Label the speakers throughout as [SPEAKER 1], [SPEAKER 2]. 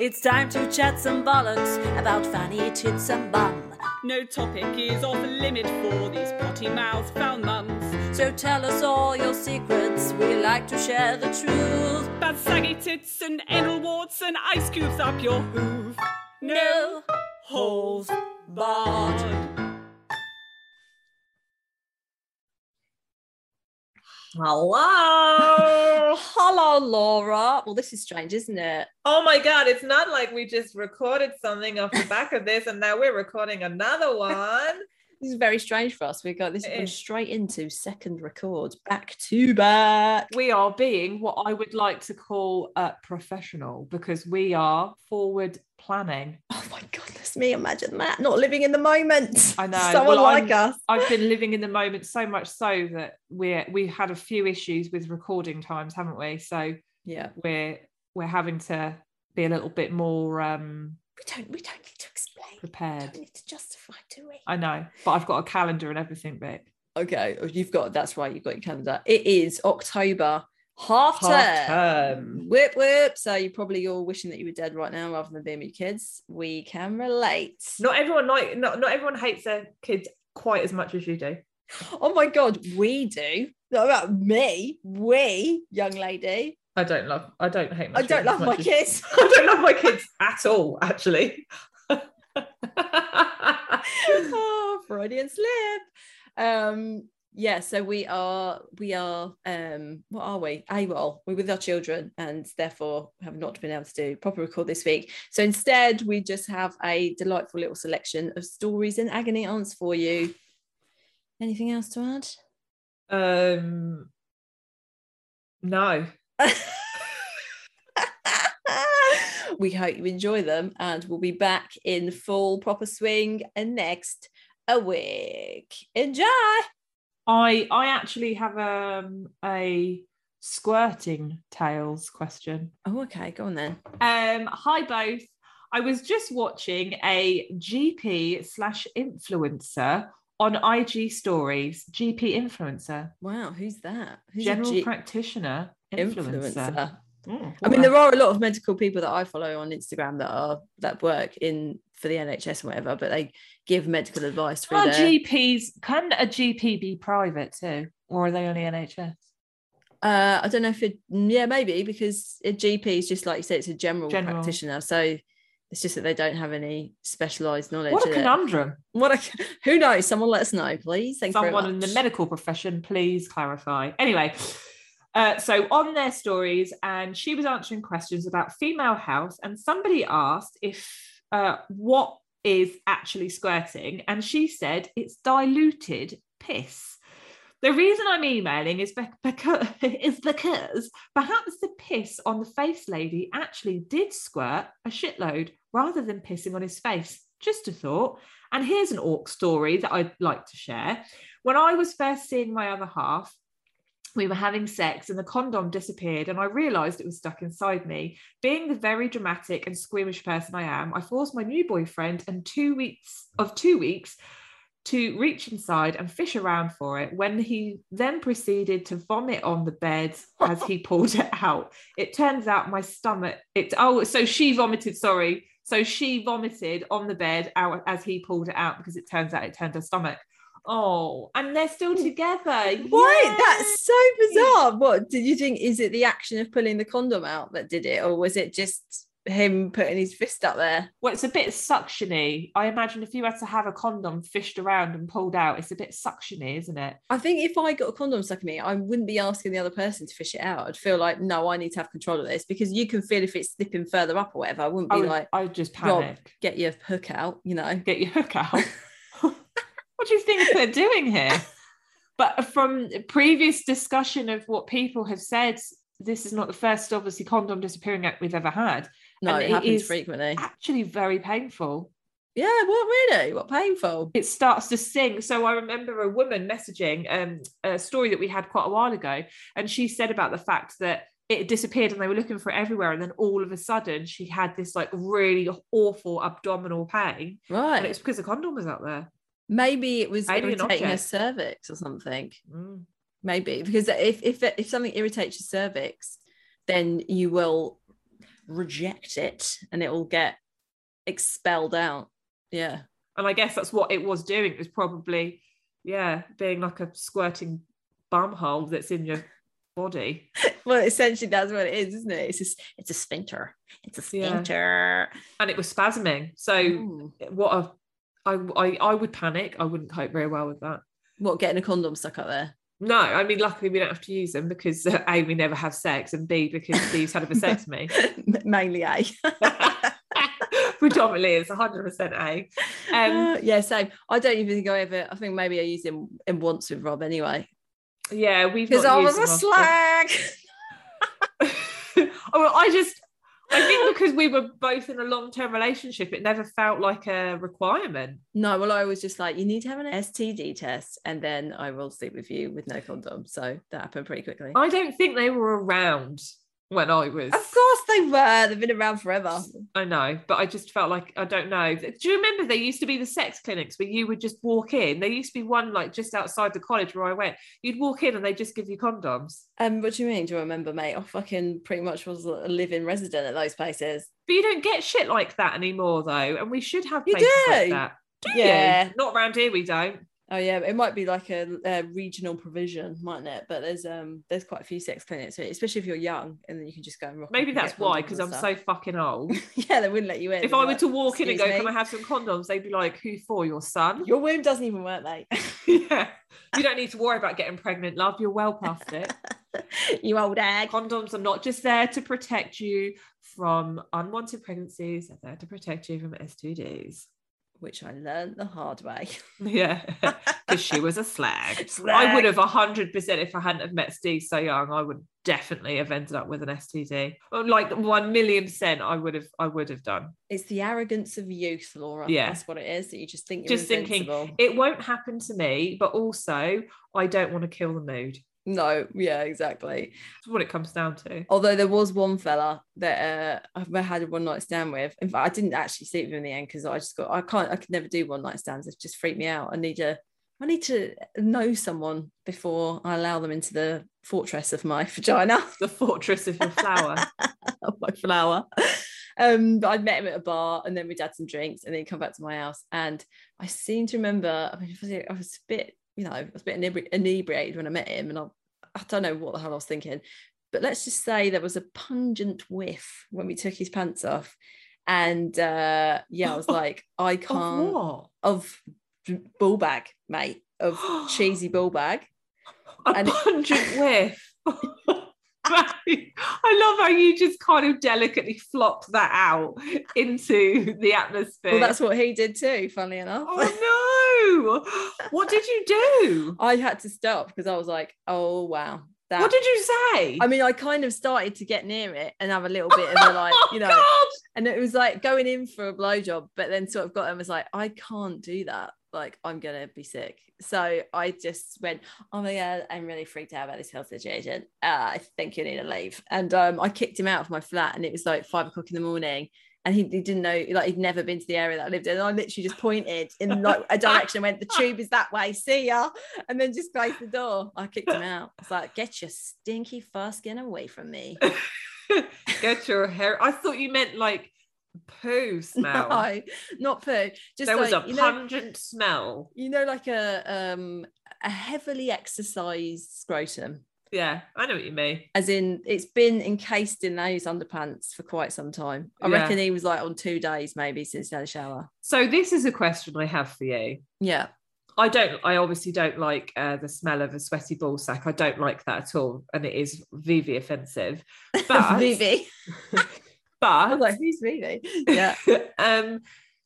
[SPEAKER 1] It's time to chat some bollocks about fanny tits and bum.
[SPEAKER 2] No topic is off limit for these potty mouths, foul mums.
[SPEAKER 1] So tell us all your secrets. We like to share the truth.
[SPEAKER 2] Bad saggy tits and anal warts and ice cubes up your hoof.
[SPEAKER 1] No holes barred.
[SPEAKER 3] Hello.
[SPEAKER 4] Hello, Laura. Well, this is strange, isn't it?
[SPEAKER 3] oh my God. It's not like we just recorded something off the back of this and now we're recording another one.
[SPEAKER 4] This is very strange for us. We got this
[SPEAKER 3] It
[SPEAKER 4] one
[SPEAKER 3] is.
[SPEAKER 4] straight into second record, back to back.
[SPEAKER 5] we are being what I would like to call uh, professional because we are forward planning.
[SPEAKER 4] Oh my goodness me! Imagine that. Not living in the moment.
[SPEAKER 5] I know.
[SPEAKER 4] Someone
[SPEAKER 5] Well, I'm-
[SPEAKER 4] like us.
[SPEAKER 5] I've been living in the moment so much so that we're we had a few issues with recording times, haven't we? So
[SPEAKER 4] Yeah.
[SPEAKER 5] we're we're having to be a little bit more um
[SPEAKER 4] We don't. We don't need to explain. We
[SPEAKER 5] prepared.
[SPEAKER 4] don't need to justify, do we?
[SPEAKER 5] I know, but I've got a calendar and everything, but
[SPEAKER 4] Okay. oh, You've got. That's right. You've got your calendar. It is October half term.
[SPEAKER 5] half term.
[SPEAKER 4] Whip whip. So you're probably all wishing that you were dead right now rather than being with your kids. We can relate.
[SPEAKER 3] Not everyone like not, not everyone hates their kids quite as much as you do.
[SPEAKER 4] Oh my god, we do. Not about me. We, young lady.
[SPEAKER 3] I don't love I don't hate my
[SPEAKER 4] I don't
[SPEAKER 3] children as
[SPEAKER 4] love my
[SPEAKER 3] much as-
[SPEAKER 4] kids.
[SPEAKER 3] I don't love my kids at all, actually.
[SPEAKER 4] oh, Freudian slip. Um, yeah, so we are we are um what are we? AWOL. We're with our children and therefore have not been able to do proper record this week. So instead we just have a delightful little selection of stories and agony aunts for you. Anything else to add?
[SPEAKER 3] um no.
[SPEAKER 4] we hope you enjoy them and we'll be back in full proper swing and next a week. Enjoy.
[SPEAKER 5] I I actually have um a squirting tales question.
[SPEAKER 4] Oh, okay. Go on then.
[SPEAKER 5] Um, hi both. I was just watching a GP slash influencer on IG stories. GP influencer,
[SPEAKER 4] Wow. Who's that? Who's a
[SPEAKER 5] general
[SPEAKER 4] G-
[SPEAKER 5] practitioner influencer. Mm,
[SPEAKER 4] I mean,
[SPEAKER 5] what
[SPEAKER 4] there are a lot of medical people that I follow on Instagram that are that work in for the NHS and whatever, but they give medical advice
[SPEAKER 5] a-
[SPEAKER 4] through
[SPEAKER 5] Are
[SPEAKER 4] their-
[SPEAKER 5] GPs can a GP be private too, or are they only NHS?
[SPEAKER 4] Uh, I don't know if it, yeah, maybe because a GP is just like you said, it's a general,
[SPEAKER 5] General.
[SPEAKER 4] practitioner. So it's just that they don't have any specialized knowledge.
[SPEAKER 5] What a
[SPEAKER 4] in it.
[SPEAKER 5] conundrum!
[SPEAKER 4] What a, who knows? Someone let us know, please. Thanks very
[SPEAKER 5] someone in the
[SPEAKER 4] much.
[SPEAKER 5] medical profession please clarify anyway uh, so on their stories and she was answering questions about female health and somebody asked if uh, what is actually squirting and she said it's diluted piss the reason I'm emailing is, bec- because, is because perhaps the piss on the face lady actually did squirt a shitload rather than pissing on his face. Just a thought. And here's an orc story that I'd like to share. When I was first seeing my other half, we were having sex and the condom disappeared, and I realized it was stuck inside me. Being the very dramatic and squeamish person I am, I forced my new boyfriend and two weeks of two weeks to reach inside and fish around for it when he then proceeded to vomit on the bed as he pulled it out. It turns out my stomach, it oh, so she vomited, sorry. So she vomited on the bed out as he pulled it out because it turns out it turned her stomach. Oh, and they're still together.
[SPEAKER 4] Hmm. Why?
[SPEAKER 5] Yay!
[SPEAKER 4] That's so bizarre. What did you think? Is it the action of pulling the condom out that did it, or was it just him putting his fist up there?
[SPEAKER 5] Well, it's a bit suctiony. I imagine if you had to have a condom fished around and pulled out, it's a bit suctiony, isn't it?
[SPEAKER 4] I think if I got a condom stuck in me, I wouldn't be asking the other person to fish it out. I'd feel like, no, I need to have control of this because you can feel if it's slipping further up or whatever. I wouldn't be
[SPEAKER 5] I would,
[SPEAKER 4] like,
[SPEAKER 5] I would just
[SPEAKER 4] Rob,
[SPEAKER 5] panic.
[SPEAKER 4] get your hook out, you know.
[SPEAKER 5] Get your hook out. what do you think they're doing here? But from previous discussion of what people have said this is not the first obviously condom disappearing act we've ever had.
[SPEAKER 4] No,
[SPEAKER 5] And
[SPEAKER 4] it
[SPEAKER 5] it
[SPEAKER 4] happens
[SPEAKER 5] is-
[SPEAKER 4] frequently.
[SPEAKER 5] Actually, very painful.
[SPEAKER 4] Yeah, what really? What painful?
[SPEAKER 5] It starts to sing. So I remember a woman messaging um, a story that we had quite a while ago, and she said about the fact that it disappeared and they were looking for it everywhere, and then all of a sudden she had this like really awful abdominal pain, and it
[SPEAKER 4] Right.
[SPEAKER 5] was because the condom was out there.
[SPEAKER 4] Maybe it was
[SPEAKER 5] Alien
[SPEAKER 4] irritating her
[SPEAKER 5] object.
[SPEAKER 4] cervix or something.
[SPEAKER 5] Mm.
[SPEAKER 4] Maybe because if if if something irritates your cervix, then you will reject it and it will get expelled out. Yeah.
[SPEAKER 5] And I guess that's what it was doing. It was probably, yeah, being like a squirting bum hole that's in your body.
[SPEAKER 4] Well, essentially that's what it is, isn't it? It's just, it's a sphincter. It's a
[SPEAKER 5] Yeah.
[SPEAKER 4] sphincter. Hmm.
[SPEAKER 5] and it was spasming. So
[SPEAKER 4] Ooh.
[SPEAKER 5] what a, I, I I would panic. I wouldn't cope very well with that.
[SPEAKER 4] What getting a condom stuck up there?
[SPEAKER 5] No, I mean luckily we don't have to use them because uh, a we never have sex and b because Steve's had a vasectomy.
[SPEAKER 4] Mainly A.
[SPEAKER 5] Predominantly, it's hundred percent a. Um,
[SPEAKER 4] Uh, yeah, same. I don't even think I ever. I think maybe I used him, him once with Rob anyway.
[SPEAKER 5] yeah, we've
[SPEAKER 4] Because
[SPEAKER 5] not
[SPEAKER 4] I
[SPEAKER 5] used
[SPEAKER 4] was a
[SPEAKER 5] them often.
[SPEAKER 4] slag.
[SPEAKER 5] oh, well, I just. I think because we were both in a long-term relationship, it never felt like a requirement.
[SPEAKER 4] No, well, I was just like, you need to have an STD test, and then I will sleep with you with no condom. So that happened pretty quickly.
[SPEAKER 5] I don't think they were around when I was.
[SPEAKER 4] Of course they were. They've been around forever.
[SPEAKER 5] I know, but I just felt like I don't know. Do you remember there used to be the sex clinics where you would just walk in? There used to be one like just outside the college where I went. You'd walk in and they just give you condoms,
[SPEAKER 4] Um, what do you mean? Do you remember, mate? I fucking pretty much was a living resident at those places.
[SPEAKER 5] but you don't get shit like that anymore though. And we should have
[SPEAKER 4] You
[SPEAKER 5] places like
[SPEAKER 4] do.
[SPEAKER 5] that. Do
[SPEAKER 4] Yeah.
[SPEAKER 5] you? Not around here. We don't.
[SPEAKER 4] Oh yeah, it might be like a, a regional provision, mightn't it? But there's um there's quite a few sex clinics, especially if you're young, and then you can just go and rock. up
[SPEAKER 5] Maybe
[SPEAKER 4] and get
[SPEAKER 5] that's why
[SPEAKER 4] condoms
[SPEAKER 5] because
[SPEAKER 4] and
[SPEAKER 5] I'm
[SPEAKER 4] stuff.
[SPEAKER 5] so fucking old.
[SPEAKER 4] yeah, they wouldn't let you in.
[SPEAKER 5] if
[SPEAKER 4] They'd
[SPEAKER 5] I
[SPEAKER 4] be
[SPEAKER 5] were
[SPEAKER 4] like,
[SPEAKER 5] to walk in and go,
[SPEAKER 4] "Excuse
[SPEAKER 5] "Can I
[SPEAKER 4] me?"
[SPEAKER 5] have some condoms?" They'd be like, "Who for? Your son?"
[SPEAKER 4] your womb doesn't even work, mate.
[SPEAKER 5] yeah. You don't need to worry about getting pregnant, love. You're well past it.
[SPEAKER 4] you old egg.
[SPEAKER 5] condoms are not just there to protect you from unwanted pregnancies they're there to protect you from stds
[SPEAKER 4] Which I learned the hard way.
[SPEAKER 5] yeah because she was a slag. i
[SPEAKER 4] Slag.
[SPEAKER 5] would have 100% if i hadn't have met steve so young i would definitely have ended up with an std like 1 million percent i would have i would have done
[SPEAKER 4] It's the arrogance of youth, Laura.
[SPEAKER 5] Yeah.
[SPEAKER 4] That's what it is. That you just think you're
[SPEAKER 5] Just thinking-
[SPEAKER 4] invincible.
[SPEAKER 5] it won't happen to me but also i don't want to kill the mood
[SPEAKER 4] No, yeah, exactly.
[SPEAKER 5] that's what it comes down to
[SPEAKER 4] Although there was one fella that uh, I've had a one night stand with. In fact, I didn't actually sleep with him in the end because I just got I can't I could never do one night stands. It just freaked me out. I need a I need to know someone before I allow them into the fortress of my vagina.
[SPEAKER 5] the fortress of your flower
[SPEAKER 4] of my flower. Um, but I met him at a bar and then we'd had some drinks and then he'd come back to my house. And I seem to remember, I mean, I was- I was a bit, you know, I was a bit inebri- inebriated when I met him and I, I don't know what the hell I was thinking. But let's just say there was a pungent whiff when we took his pants off. And uh, yeah, I was like, I
[SPEAKER 5] of
[SPEAKER 4] can't
[SPEAKER 5] what
[SPEAKER 4] of, ball bag, mate, of cheesy ball bag.
[SPEAKER 5] a
[SPEAKER 4] And-
[SPEAKER 5] pungent whiff. I love how you just kind of delicately flop that out into the atmosphere.
[SPEAKER 4] Well, that's what he did too, funnily enough.
[SPEAKER 5] oh no! What did you do?
[SPEAKER 4] I had to stop because I was like, oh wow. That
[SPEAKER 5] What did you say?
[SPEAKER 4] I mean I kind of started to get near it and have a little bit of a like, you know,
[SPEAKER 5] Oh, God!
[SPEAKER 4] and it was like going in for a blowjob, but then sort of got and was like, I can't do that. Like I'm gonna be sick. So I just went, Oh my god, I'm really freaked out about this health situation. Uh, I think you need to leave. And um I kicked him out of my flat and it was like five o'clock in the morning. And he, he didn't know, like he'd never been to the area that I lived in. And I literally just pointed in like a direction, and went, the tube is that way, see ya. And then just closed the door. I kicked him out. It's like, get your stinky foreskin away from me.
[SPEAKER 5] Get your hair. I thought you meant like poo smell.
[SPEAKER 4] No, not poo. Just
[SPEAKER 5] there was
[SPEAKER 4] like,
[SPEAKER 5] a
[SPEAKER 4] you know,
[SPEAKER 5] pungent smell.
[SPEAKER 4] you know, like a um a heavily exercised scrotum,
[SPEAKER 5] Yeah, I know what you mean.
[SPEAKER 4] as in it's been encased in those underpants for quite some time. I
[SPEAKER 5] Yeah.
[SPEAKER 4] reckon he was like on two days maybe since he had a shower.
[SPEAKER 5] So this is a question I have for you.
[SPEAKER 4] Yeah,
[SPEAKER 5] I don't. I obviously don't like uh, the smell of a sweaty ball sack. I don't like that at all, and it is Vivi offensive. But
[SPEAKER 4] Vivi. I
[SPEAKER 5] but
[SPEAKER 4] was like, who's Vivi? Yeah.
[SPEAKER 5] um,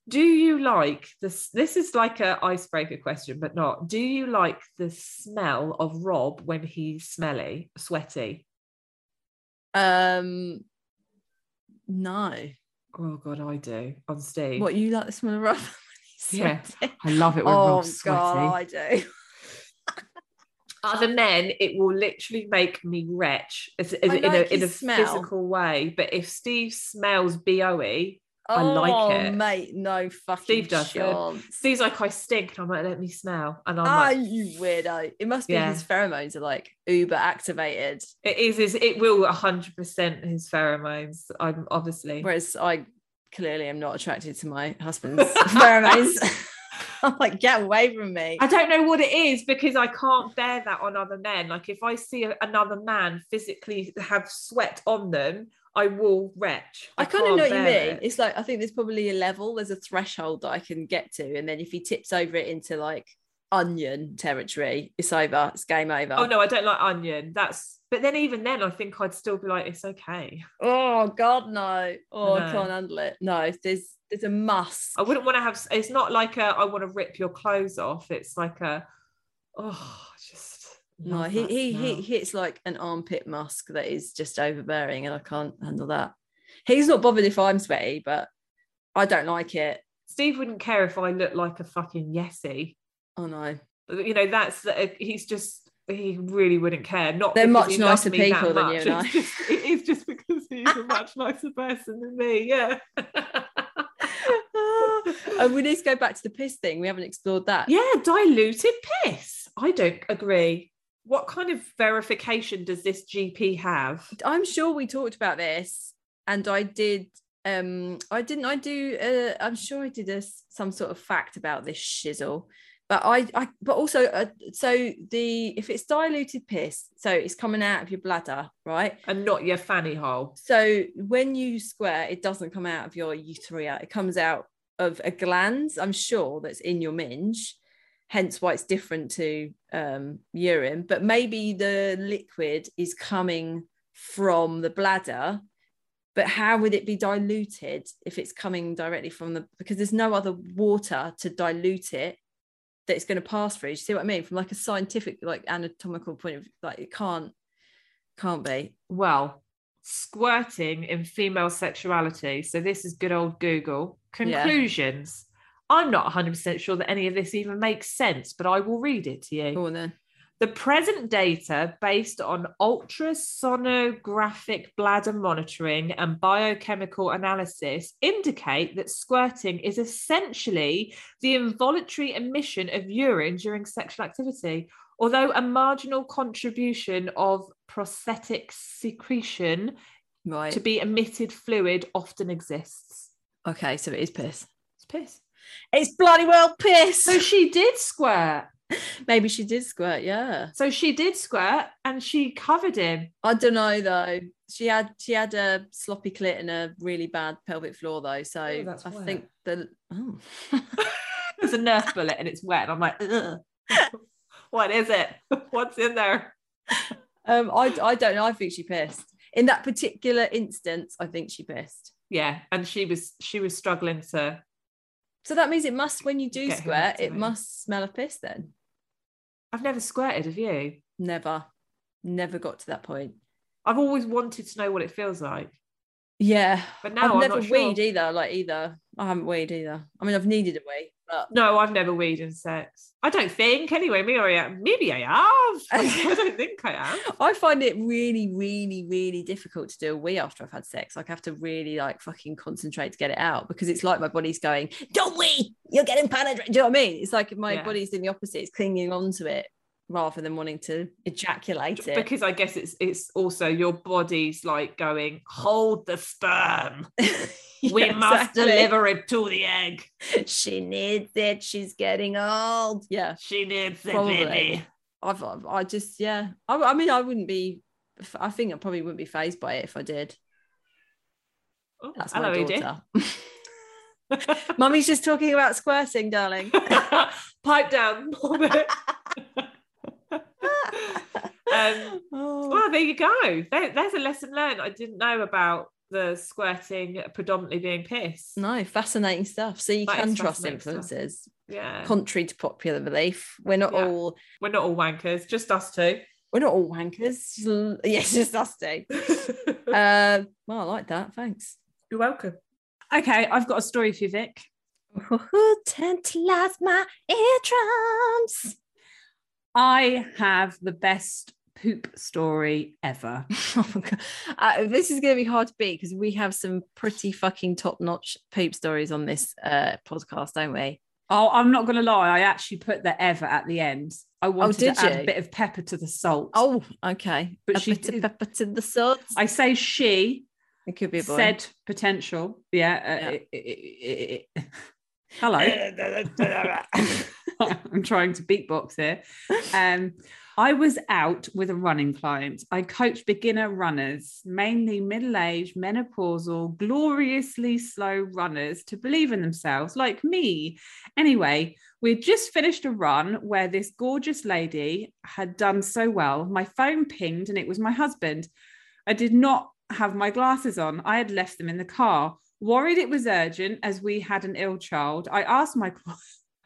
[SPEAKER 5] do you like this? This is like a icebreaker question, but not. Do you like the smell of Rob when he's smelly, sweaty?
[SPEAKER 4] Um, no.
[SPEAKER 5] Oh God, I do on Steve.
[SPEAKER 4] What you like the smell of rubber? when he's
[SPEAKER 5] Yeah.
[SPEAKER 4] sweating?
[SPEAKER 5] I love it when
[SPEAKER 4] Oh
[SPEAKER 5] Rob's sweaty.
[SPEAKER 4] God, I do.
[SPEAKER 5] Other men, it will literally make me wretch as, as
[SPEAKER 4] I
[SPEAKER 5] in a
[SPEAKER 4] like
[SPEAKER 5] in a
[SPEAKER 4] his smell.
[SPEAKER 5] physical way. But if Steve smells E, boe, I
[SPEAKER 4] oh,
[SPEAKER 5] like it.
[SPEAKER 4] mate. No fucking
[SPEAKER 5] Steve does it.
[SPEAKER 4] chance.
[SPEAKER 5] Steve's like I stink, and I'm like, let me smell, and I'm
[SPEAKER 4] Ah,
[SPEAKER 5] like,
[SPEAKER 4] you weirdo! It must be
[SPEAKER 5] Yeah.
[SPEAKER 4] his pheromones are like uber activated,
[SPEAKER 5] it is, is it will 100 percent his pheromones. I'm obviously.
[SPEAKER 4] whereas I clearly am not attracted to my husband's pheromones. I'm like, get away from me.
[SPEAKER 5] I don't know what it is because I can't bear that on other men. Like if I see a- another man physically have sweat on them, I will retch.
[SPEAKER 4] I kind of know what you mean.
[SPEAKER 5] mean.
[SPEAKER 4] It's like I think there's probably a level, there's a threshold that I can get to, and then if he tips over it into like onion territory, it's over. It's game over.
[SPEAKER 5] Oh no, I don't like onion. That's but then even then I think I'd still be like, it's okay.
[SPEAKER 4] Oh God, no! Oh,
[SPEAKER 5] I
[SPEAKER 4] I
[SPEAKER 5] know.
[SPEAKER 4] can't handle it. No, there's there's a must.
[SPEAKER 5] I wouldn't want to have it's not like a I want to rip your clothes off. It's like a oh I just
[SPEAKER 4] No,
[SPEAKER 5] love
[SPEAKER 4] he
[SPEAKER 5] that
[SPEAKER 4] he, he
[SPEAKER 5] smell.
[SPEAKER 4] hits like an armpit musk that is just overbearing, and I can't handle that. He's not bothered if I'm sweaty, but I don't like it.
[SPEAKER 5] Steve wouldn't care if I looked like a fucking Yessie.
[SPEAKER 4] Oh no,
[SPEAKER 5] you know that's the- uh, he's just he really wouldn't care not
[SPEAKER 4] They're
[SPEAKER 5] because
[SPEAKER 4] much
[SPEAKER 5] he loves
[SPEAKER 4] nicer
[SPEAKER 5] me that
[SPEAKER 4] people than you
[SPEAKER 5] much.
[SPEAKER 4] and
[SPEAKER 5] It's
[SPEAKER 4] I.
[SPEAKER 5] just- it is just because he's a much nicer person than me yeah
[SPEAKER 4] and Oh, we need to go back to the piss thing. We haven't explored that.
[SPEAKER 5] yeah diluted piss i don't agree what kind of verification does this gp have
[SPEAKER 4] I'm sure we talked about this, and I did. Um, I didn't. I do. Uh, I'm sure I did a, s- some sort of fact about this shizzle, but I. I but also, uh, so the if it's diluted piss, so it's coming out of your bladder, right?
[SPEAKER 5] and not your fanny hole
[SPEAKER 4] So when you square, it doesn't come out of your urethra. It comes out of a gland, I'm sure, that's in your minge. Hence why it's different to um, urine. But maybe the liquid is coming from the bladder. But how would it be diluted if it's coming directly from the? Because there's no other water to dilute it that it's going to pass through. Do you see what I mean? From like a scientific, like anatomical point of like, it can't, can't be.
[SPEAKER 5] well squirting in female sexuality so this is good old google
[SPEAKER 4] Yeah.
[SPEAKER 5] conclusions i'm not 100% sure that any of this even makes sense but i will read it to you
[SPEAKER 4] Go on then.
[SPEAKER 5] The present data, based on ultrasonographic bladder monitoring and biochemical analysis, indicate that squirting is essentially the involuntary emission of urine during sexual activity, although a marginal contribution of prosthetic secretion
[SPEAKER 4] Right.
[SPEAKER 5] to be emitted fluid often exists.
[SPEAKER 4] okay, so it is piss.
[SPEAKER 5] It's piss.
[SPEAKER 4] It's bloody well
[SPEAKER 5] So
[SPEAKER 4] piss.
[SPEAKER 5] she did squirt.
[SPEAKER 4] Maybe she did squirt. Yeah,
[SPEAKER 5] So she did squirt and she covered him.
[SPEAKER 4] I don't know though. She had she had a sloppy clit and a really bad pelvic floor though. So
[SPEAKER 5] Oh,
[SPEAKER 4] I
[SPEAKER 5] that's wet.
[SPEAKER 4] think the oh.
[SPEAKER 5] there's a Nerf bullet and it's wet. And I'm like, Ugh. what is it? What's in there?
[SPEAKER 4] um I I don't know. I think she pissed in that particular instance. I think she pissed.
[SPEAKER 5] Yeah, and she was she was struggling to.
[SPEAKER 4] So that means it must when you do
[SPEAKER 5] Get her
[SPEAKER 4] squirt, it
[SPEAKER 5] activated.
[SPEAKER 4] must smell of piss. Then
[SPEAKER 5] I've never squirted. Have you?
[SPEAKER 4] never, never got to that point.
[SPEAKER 5] I've always wanted to know what it feels like,
[SPEAKER 4] Yeah,
[SPEAKER 5] but now
[SPEAKER 4] I've
[SPEAKER 5] am
[SPEAKER 4] never
[SPEAKER 5] not sure.
[SPEAKER 4] weed either. Like either I haven't weed either. I mean, I've needed a wee, but
[SPEAKER 5] No, I've never weed in sex. I don't think. Anyway, maybe I maybe I have. I don't think I have.
[SPEAKER 4] I find it really, really, really difficult to do a wee after I've had sex. Like I have to really like fucking concentrate to get it out because it's like my body's going, don't wee, you're getting panicked. Do you know what I mean? It's like my
[SPEAKER 5] Yeah.
[SPEAKER 4] body's doing the opposite, it's clinging onto it rather than wanting to ejaculate it.
[SPEAKER 5] Because I guess it's it's also your body's like going, hold the sperm. We
[SPEAKER 4] Yeah,
[SPEAKER 5] must
[SPEAKER 4] exactly.
[SPEAKER 5] deliver it to the egg.
[SPEAKER 4] She needs it. She's getting old. Yeah.
[SPEAKER 5] She needs it,
[SPEAKER 4] Probably.
[SPEAKER 5] baby.
[SPEAKER 4] I've, I've I just, yeah. I, I mean, I wouldn't be, I think I probably wouldn't be phased by it if I did.
[SPEAKER 5] Oh,
[SPEAKER 4] That's
[SPEAKER 5] hello,
[SPEAKER 4] my
[SPEAKER 5] Edith.
[SPEAKER 4] daughter. Mummy's just talking about squirting, darling.
[SPEAKER 5] pipe down Morbit. um,
[SPEAKER 4] Oh.
[SPEAKER 5] well there you go there, there's a lesson learned i didn't know about the squirting predominantly being piss
[SPEAKER 4] No, fascinating stuff. So you
[SPEAKER 5] That
[SPEAKER 4] can
[SPEAKER 5] is
[SPEAKER 4] trust
[SPEAKER 5] fascinating stuff.
[SPEAKER 4] influences,
[SPEAKER 5] yeah
[SPEAKER 4] contrary to popular belief. We're not
[SPEAKER 5] Yeah.
[SPEAKER 4] all
[SPEAKER 5] we're not all wankers just us two
[SPEAKER 4] We're not all wankers. Just l- Yes, just us two. Uh, well, I like that. Thanks.
[SPEAKER 3] You're welcome.
[SPEAKER 5] Okay, I've got a story for you, Vic.
[SPEAKER 4] Tantalize my eardrums.
[SPEAKER 5] I have the best poop story ever.
[SPEAKER 4] Oh my god, uh, this is going to be hard to beat because we have some pretty fucking top-notch poop stories on this uh, podcast, don't we?
[SPEAKER 5] Oh, I'm not going to lie. I actually put the ever at the end. I wanted
[SPEAKER 4] Oh, did
[SPEAKER 5] to add
[SPEAKER 4] you?
[SPEAKER 5] a bit of pepper to the salt.
[SPEAKER 4] Oh, okay.
[SPEAKER 5] But
[SPEAKER 4] a
[SPEAKER 5] she
[SPEAKER 4] bit of
[SPEAKER 5] did-
[SPEAKER 4] pepper to the salt.
[SPEAKER 5] I say she
[SPEAKER 4] It could be a boy.
[SPEAKER 5] said potential. Yeah. uh,
[SPEAKER 4] Yeah.
[SPEAKER 5] i- i- i- i- Hello. I'm trying to beatbox here. Um, I was out with a running client. I coach beginner runners, mainly middle aged, menopausal, gloriously slow runners to believe in themselves, like me. Anyway, we had just finished a run where this gorgeous lady had done so well. My phone pinged and it was my husband. I did not have my glasses on, I had left them in the car. Worried it was urgent as we had an ill child, I asked my client.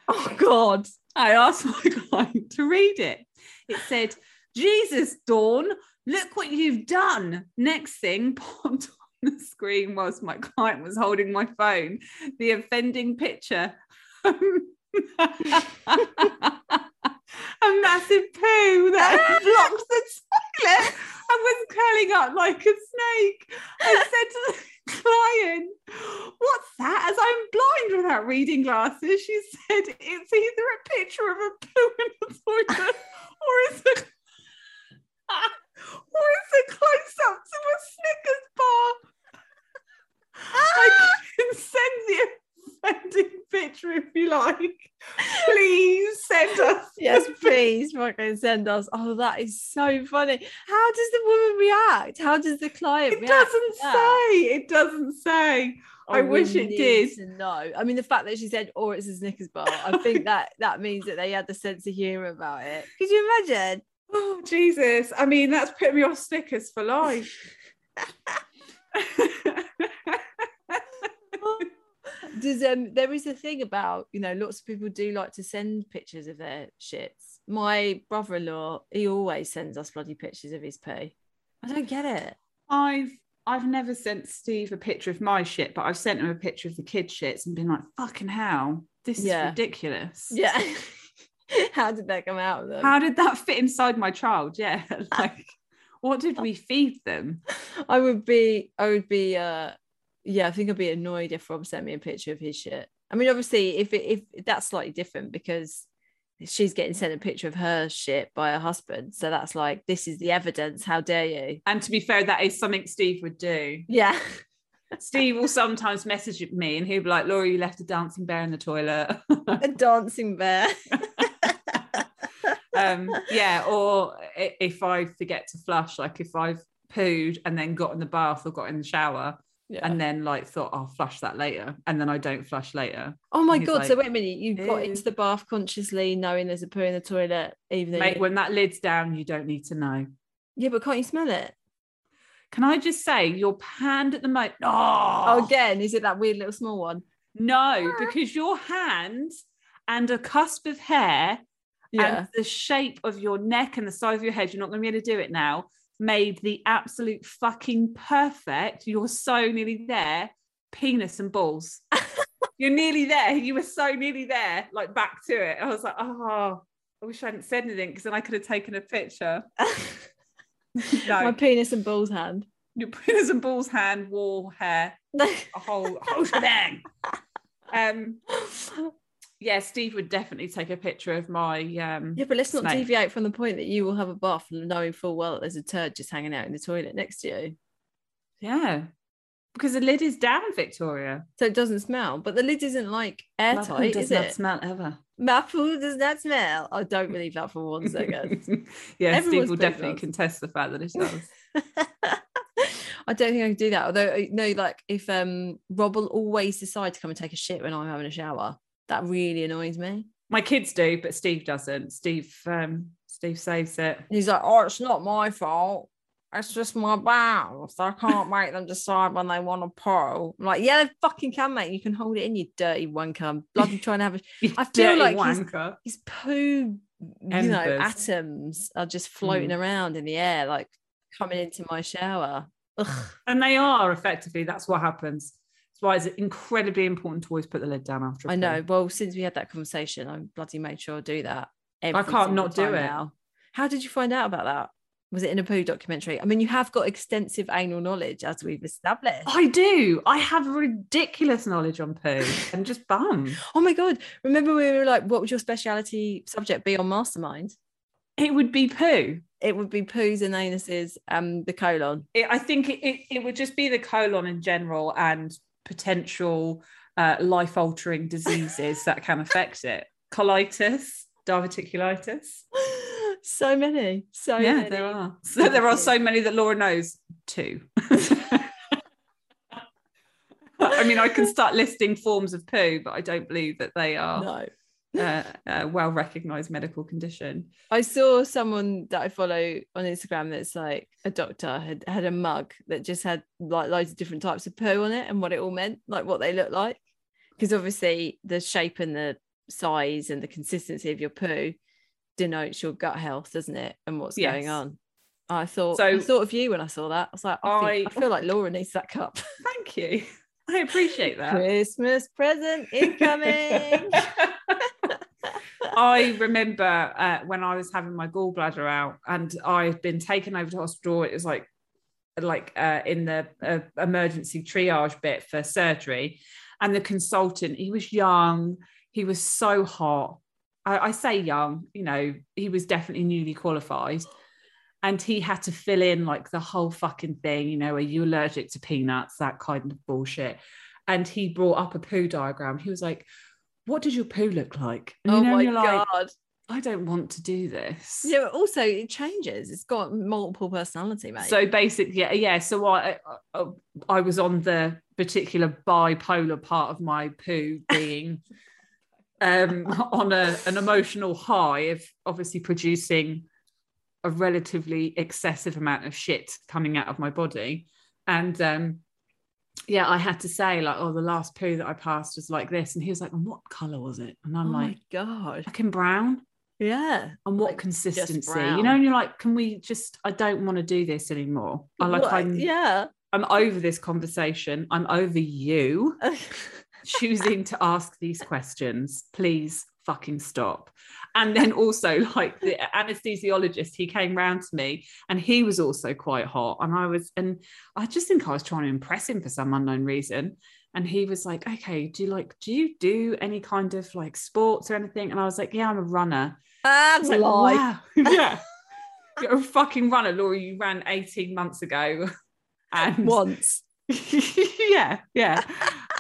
[SPEAKER 4] Oh God.
[SPEAKER 5] I asked my client to read it. It said, Jesus, Dawn, look what you've done. Next thing popped on the screen whilst my client was holding my phone, the offending picture. A massive poo that had blocked the toilet and was curling up like a snake. I said to the client, What's that? As I'm blind without reading glasses, she said, It's either a picture of a poo in the toilet or it's a or it's a close up to a Snickers bar. I can send the offending picture if you like. Please send us.
[SPEAKER 4] Yes, please fucking send us. Oh, that is so funny. How does the woman react? How does the client
[SPEAKER 5] It
[SPEAKER 4] react?
[SPEAKER 5] doesn't
[SPEAKER 4] to that?
[SPEAKER 5] say. It doesn't say. I
[SPEAKER 4] Oh, we
[SPEAKER 5] wish it
[SPEAKER 4] need
[SPEAKER 5] did.
[SPEAKER 4] To know. I mean, the fact that she said, "Or it's a Snickers bar," I think that that means that they had the sense of humor about it. Could you imagine?
[SPEAKER 5] Oh Jesus! I mean, that's put me off Snickers for life.
[SPEAKER 4] Does um there is a thing about you know lots of people do like to send pictures of their shits. My brother-in-law, he always sends us bloody pictures of his poo. I don't get it.
[SPEAKER 5] I've I've never sent Steve a picture of my shit, but I've sent him a picture of the kid shits and been like, "Fucking hell, this
[SPEAKER 4] Yeah.
[SPEAKER 5] is ridiculous."
[SPEAKER 4] Yeah. How did that come out of them?
[SPEAKER 5] How did that fit inside my child? Yeah, like what did we feed them?
[SPEAKER 4] I would be, I would be, uh, yeah, I think I'd be annoyed if Rob sent me a picture of his shit. I mean, obviously, if it, if that's slightly different because she's getting sent a picture of her shit by her husband, so that's like this is the evidence. How dare you?
[SPEAKER 5] And to be fair, that is something Steve would do.
[SPEAKER 4] Yeah,
[SPEAKER 5] Steve will sometimes message me and he'll be like, Laura, you left a dancing bear in the toilet.
[SPEAKER 4] a dancing bear.
[SPEAKER 5] um, yeah, or i- if I forget to flush, like if I've pooed and then got in the bath or got in the shower
[SPEAKER 4] Yeah.
[SPEAKER 5] and then like thought I'll flush that later and then I don't flush later.
[SPEAKER 4] oh my
[SPEAKER 5] he's
[SPEAKER 4] god! so
[SPEAKER 5] like,
[SPEAKER 4] wait a minute, you got
[SPEAKER 5] "Ew."
[SPEAKER 4] into the bath consciously, knowing there's a poo in the toilet, even though
[SPEAKER 5] Mate,
[SPEAKER 4] you-
[SPEAKER 5] when that lid's down, you don't need to know.
[SPEAKER 4] yeah, but can't you smell it?
[SPEAKER 5] Can I just say your hand at the moment?
[SPEAKER 4] Oh,
[SPEAKER 5] Oh,
[SPEAKER 4] again, is it that weird little small one?
[SPEAKER 5] no, because your hand and a cusp of hair and the shape of your neck and the size of your head, you're not going to be able to do it now, made the absolute fucking perfect. You're so nearly there, penis and balls. you're nearly there. You were so nearly there, like back to it. I was like, oh, I wish I hadn't said anything because then I could have taken a picture. No,
[SPEAKER 4] my penis and balls hand.
[SPEAKER 5] your penis and balls hand, wall, hair, a whole, whole shebang. Um, yeah, Steve would definitely take a picture of my um,
[SPEAKER 4] Yeah, but let's not
[SPEAKER 5] Snake.
[SPEAKER 4] deviate from the point that you will have a bath knowing full well that there's a turd just hanging out in the toilet next to you.
[SPEAKER 5] Yeah. Because the lid is down, Victoria.
[SPEAKER 4] So it doesn't smell. But the lid isn't like airtight,
[SPEAKER 5] does
[SPEAKER 4] is
[SPEAKER 5] not
[SPEAKER 4] it?
[SPEAKER 5] smell ever.
[SPEAKER 4] My poo does not smell. I don't believe that for one second.
[SPEAKER 5] yeah,
[SPEAKER 4] Everyone's
[SPEAKER 5] Steve will
[SPEAKER 4] poop
[SPEAKER 5] definitely
[SPEAKER 4] does.
[SPEAKER 5] contest the fact that it does.
[SPEAKER 4] I don't think I could do that. Although uh, no, like if um Rob will always decide to come and take a shit when I'm having a shower. That really annoys me.
[SPEAKER 5] My kids do, but Steve doesn't. Steve um Steve saves it.
[SPEAKER 4] And he's like, oh, it's not my fault. It's just my bath. I can't make them decide when they want to poo. I'm like, yeah, they fucking can, mate. You can hold it in, you dirty wanker. I'm bloody trying to have a. I feel
[SPEAKER 5] Dirty
[SPEAKER 4] like he's-
[SPEAKER 5] wanker.
[SPEAKER 4] His poo you know
[SPEAKER 5] Embers. Mm.
[SPEAKER 4] atoms are just floating around in the air like coming into my shower Ugh.
[SPEAKER 5] And they are effectively, that's what happens. That's why it's incredibly important to always put the lid down after. a
[SPEAKER 4] I
[SPEAKER 5] poo.
[SPEAKER 4] know. Well, since we had that conversation, I bloody made sure I do that. every
[SPEAKER 5] can't
[SPEAKER 4] single
[SPEAKER 5] not do
[SPEAKER 4] time
[SPEAKER 5] it.
[SPEAKER 4] How did you find out about that? Was it in a poo documentary? I mean, you have got extensive anal knowledge, as we've established. Oh,
[SPEAKER 5] I do. I have ridiculous knowledge on poo. I'm just bummed.
[SPEAKER 4] Oh my god! Remember, we were like, "What would your speciality subject be on Mastermind?"
[SPEAKER 5] It would be poo.
[SPEAKER 4] It would be poos and anuses and the colon.
[SPEAKER 5] It, I think it, it, it would just be the colon in general and potential uh, life altering diseases that can affect it. Colitis, diverticulitis.
[SPEAKER 4] so many, so
[SPEAKER 5] yeah,
[SPEAKER 4] many.
[SPEAKER 5] there are. So there are so many that Laura knows. Two. I mean, I can start listing forms of poo, but I don't believe that they are
[SPEAKER 4] No,
[SPEAKER 5] uh, a well recognized medical condition.
[SPEAKER 4] I saw someone that I follow on Instagram that's like a doctor had had a mug that just had like loads of different types of poo on it and what it all meant, like what they look like. Because obviously the shape and the size and the consistency of your poo denotes your gut health, doesn't it? And what's going
[SPEAKER 5] Yes.
[SPEAKER 4] on. I thought I
[SPEAKER 5] So-
[SPEAKER 4] thought of you when I saw that. I was like, I, think-
[SPEAKER 5] I-
[SPEAKER 4] I feel like Laura needs that cup.
[SPEAKER 5] Thank you. I appreciate that.
[SPEAKER 4] Christmas present incoming.
[SPEAKER 5] I remember uh, when I was having my gallbladder out, and I had been taken over to hospital. It was like, like uh, in the uh, emergency triage bit for surgery, and the consultant. He was young. He was so hot. I, I say young. You know, he was definitely newly qualified. And he had to fill in like the whole fucking thing, you know, are you allergic to peanuts? That kind of bullshit. And he brought up a poo diagram. He was like, What does your poo look like? And
[SPEAKER 4] oh
[SPEAKER 5] you know,
[SPEAKER 4] my
[SPEAKER 5] you're like,
[SPEAKER 4] god.
[SPEAKER 5] I don't want to do this.
[SPEAKER 4] Yeah, but also it changes. It's got multiple personality, mate.
[SPEAKER 5] So basically, yeah, yeah. So I, I, I was on the particular bipolar part of my poo being um, on a, an emotional high of obviously producing a relatively excessive amount of shit coming out of my body, and um, yeah, I had to say like, oh, the last poo that I passed was like this, and he was like, and what color was it? And I'm
[SPEAKER 4] oh my
[SPEAKER 5] like,
[SPEAKER 4] god.
[SPEAKER 5] fucking brown.
[SPEAKER 4] Yeah.
[SPEAKER 5] and what
[SPEAKER 4] Like, just
[SPEAKER 5] consistency you
[SPEAKER 4] brown.
[SPEAKER 5] know and you're like can we just i don't want to do this anymore i like
[SPEAKER 4] What-
[SPEAKER 5] i'm
[SPEAKER 4] yeah.
[SPEAKER 5] i'm over this conversation i'm over you
[SPEAKER 4] Oh
[SPEAKER 5] choosing to ask these questions please fucking stop and then also like the anesthesiologist he came round to me and he was also quite hot and i was and i just think i was trying to impress him for some unknown reason and he was like okay do you like do you do any kind of like sports or anything and i was like yeah i'm a runner
[SPEAKER 4] That's
[SPEAKER 5] it's like, wow. yeah. You're a fucking runner, Laura. You ran 18 months ago. And
[SPEAKER 4] Once.
[SPEAKER 5] yeah, yeah.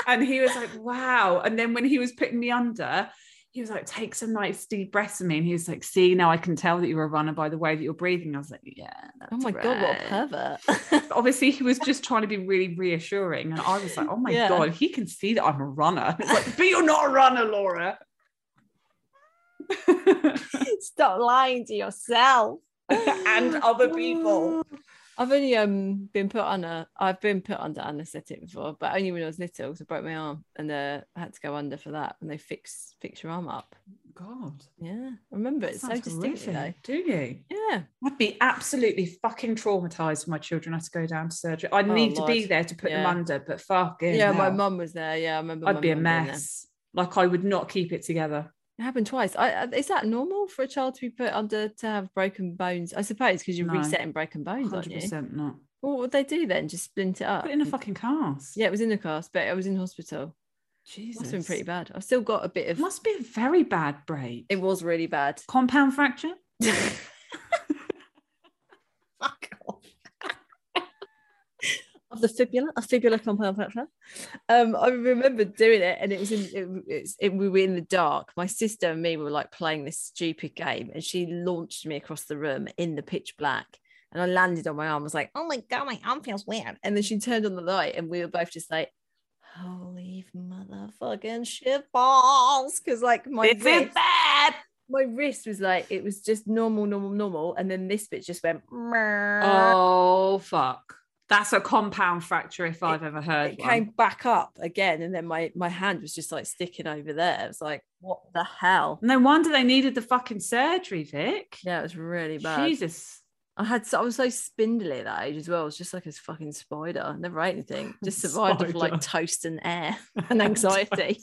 [SPEAKER 5] And he was like, wow. And then when he was putting me under, he was like, take some nice deep breaths of me. And he was like, see, now I can tell that you're a runner by the way that you're breathing. I was like, yeah. That's
[SPEAKER 4] Oh my
[SPEAKER 5] right.
[SPEAKER 4] god, what a pervert.
[SPEAKER 5] Obviously, he was just trying to be really reassuring. And I was like, oh my
[SPEAKER 4] Yeah.
[SPEAKER 5] God, he can see that I'm a runner. It's like, but you're not a runner, Laura.
[SPEAKER 4] Stop lying to yourself.
[SPEAKER 5] and other people.
[SPEAKER 4] Oh. I've only um been put on a I've been put under anaesthetic before, but only when I was little because I broke my arm and uh, I had to go under for that and they fix fix your arm up.
[SPEAKER 5] God.
[SPEAKER 4] Yeah. I remember it's so
[SPEAKER 5] Sounds
[SPEAKER 4] distinctly though.
[SPEAKER 5] horrific, Do you?
[SPEAKER 4] Yeah.
[SPEAKER 5] I'd be absolutely fucking traumatized if my children had to go down to surgery. I'd
[SPEAKER 4] Oh,
[SPEAKER 5] need to be
[SPEAKER 4] Lord.
[SPEAKER 5] there to put them
[SPEAKER 4] Yeah.
[SPEAKER 5] under, but fucking.
[SPEAKER 4] Yeah, my
[SPEAKER 5] hell,
[SPEAKER 4] mum was there. Yeah, I remember. my
[SPEAKER 5] I'd be a
[SPEAKER 4] mum being there.
[SPEAKER 5] mess. Like I would not keep it together.
[SPEAKER 4] It happened twice. I, I- is that normal for a child to be put under to have broken bones? I suppose because you're
[SPEAKER 5] No.
[SPEAKER 4] resetting broken bones, aren't
[SPEAKER 5] Hundred
[SPEAKER 4] you?
[SPEAKER 5] percent not.
[SPEAKER 4] Well, what would they do then? Just splint it up? Mm.
[SPEAKER 5] Put it in a fucking cast.
[SPEAKER 4] yeah, it was in the cast, but I was in hospital.
[SPEAKER 5] Jesus.
[SPEAKER 4] Must have been pretty bad. I've still got a bit of.
[SPEAKER 5] It must be a very bad break.
[SPEAKER 4] It was really bad.
[SPEAKER 5] Compound fracture.
[SPEAKER 4] Fuck off. of the fibula, a fibula compound fracture. Um, I remember doing it, and it was in it, it's, it, we were in the dark. My sister and me were like playing this stupid game, and she launched me across the room in the pitch black. And I landed on my arm. I was like, "Oh my god, my arm feels weird." And then she turned on the light, and we were both just like, "Holy motherfucking shit balls!" Because like my
[SPEAKER 5] This is
[SPEAKER 4] wrist-
[SPEAKER 5] bad.
[SPEAKER 4] my wrist was like it Oh Uh, was just normal, normal, normal, and then this bit just went.
[SPEAKER 5] Oh fuck. That's a compound fracture if I've ever heard
[SPEAKER 4] it
[SPEAKER 5] one.
[SPEAKER 4] came back up again and then my my hand was just like sticking over there it was like what the hell
[SPEAKER 5] No wonder they needed the fucking surgery, Vic.
[SPEAKER 4] yeah it was really bad
[SPEAKER 5] Jesus.
[SPEAKER 4] i had so, i was so spindly at that age as well it was just like a fucking spider I never ate anything just survived off like
[SPEAKER 5] Spider.
[SPEAKER 4] toast and air and anxiety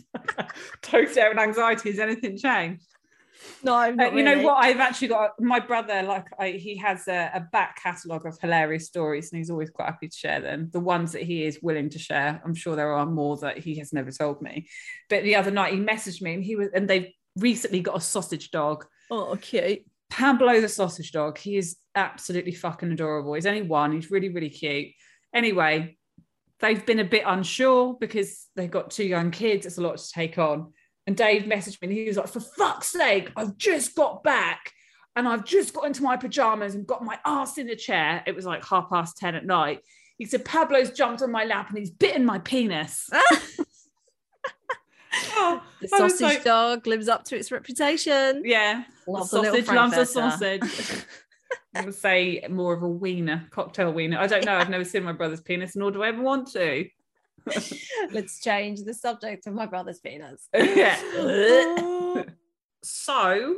[SPEAKER 5] Toast out and anxiety. Has anything changed?
[SPEAKER 4] no I've
[SPEAKER 5] Uh,
[SPEAKER 4] not
[SPEAKER 5] You know
[SPEAKER 4] really.
[SPEAKER 5] what? I've actually got my brother. Like I, he has a, a back catalogue of hilarious stories, and he's always quite happy to share them. The ones that he is willing to share. I'm sure there are more that he has never told me. But the other night he messaged me, and he was, and they've recently got a sausage dog.
[SPEAKER 4] oh cute
[SPEAKER 5] Pablo the sausage dog. He is absolutely fucking adorable. He's only one. He's really, really cute. Anyway, they've been a bit unsure because they've got two young kids. It's a lot to take on. And Dave messaged me and he was like, for fuck's sake, I've just got back and I've just got into my pajamas and got my ass in the chair. It was like half past 10 at night. He said, Pablo's jumped on my lap and he's bitten my penis. Oh,
[SPEAKER 4] the
[SPEAKER 5] I was
[SPEAKER 4] sausage
[SPEAKER 5] like-
[SPEAKER 4] dog lives up to its reputation
[SPEAKER 5] Yeah.
[SPEAKER 4] Loves a little
[SPEAKER 5] sausage loves a
[SPEAKER 4] Frankfurter.
[SPEAKER 5] sausage. I would say more of a wiener, cocktail wiener. I don't know. I've never seen my brother's penis, nor do I ever want to.
[SPEAKER 4] let's change the subject of my brother's penis
[SPEAKER 5] Yeah. so,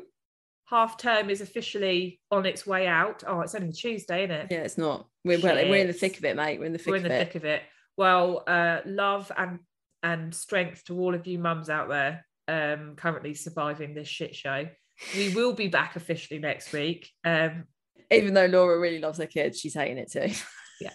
[SPEAKER 5] half term is officially on its way out. Oh, it's only Tuesday, isn't it?
[SPEAKER 4] Yeah, it's not. We're, well, we're in the thick
[SPEAKER 5] Shit.
[SPEAKER 4] of it, mate. We're in the thick
[SPEAKER 5] We're in the
[SPEAKER 4] of it.
[SPEAKER 5] thick of it.
[SPEAKER 3] Well, uh, love and and strength to all of you mums out there um, currently surviving this shit show. We will be back officially next week. Um,
[SPEAKER 4] Even though Laura really loves her kids, she's hating it too.
[SPEAKER 3] yeah,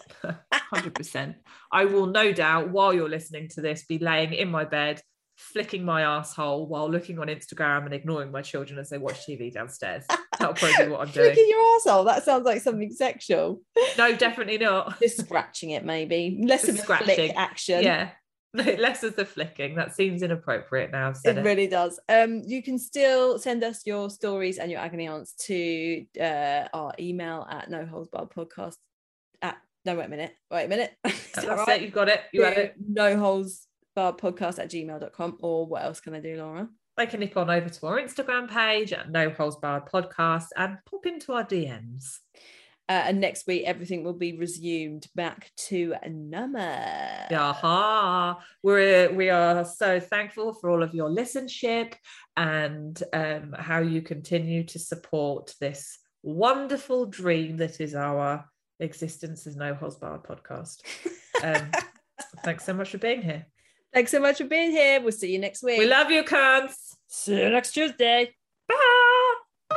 [SPEAKER 3] hundred percent. I will no doubt, while you're listening to this, be laying in my bed, flicking my asshole while looking on Instagram and ignoring my children as they watch TV downstairs. That'll probably be what I'm
[SPEAKER 4] Flicking
[SPEAKER 3] doing.
[SPEAKER 4] your arsehole. That sounds like something sexual.
[SPEAKER 3] No, definitely not.
[SPEAKER 4] Just scratching it, maybe. Less
[SPEAKER 3] Just
[SPEAKER 4] of a flick
[SPEAKER 3] scratching.
[SPEAKER 4] action.
[SPEAKER 3] Yeah. Less is the flicking. That seems inappropriate now. I've said
[SPEAKER 4] It
[SPEAKER 3] it.
[SPEAKER 4] really does. Um, you can still send us your stories and your agony aunts to uh, our email at no holds barred podcast at no wait a minute wait a minute Is that
[SPEAKER 3] That's
[SPEAKER 4] right?
[SPEAKER 3] it. You've got it. You have
[SPEAKER 4] To
[SPEAKER 3] it.
[SPEAKER 4] no holds barred podcast at gmail.com or what else can they do Laura
[SPEAKER 3] they can nip on over to our Instagram page at No Holes Barred Podcast and pop into our DMs.
[SPEAKER 4] Uh, and next week, everything will be resumed back to number.
[SPEAKER 3] Aha! We're we are so thankful for all of your listenership and um, how you continue to support this wonderful dream that is our existence as No Holes Barred Podcast. Um, thanks so much for being here.
[SPEAKER 4] Thanks so much for being here. We'll see you next week.
[SPEAKER 3] We love you, cunts.
[SPEAKER 4] see you next Tuesday.
[SPEAKER 3] Bye.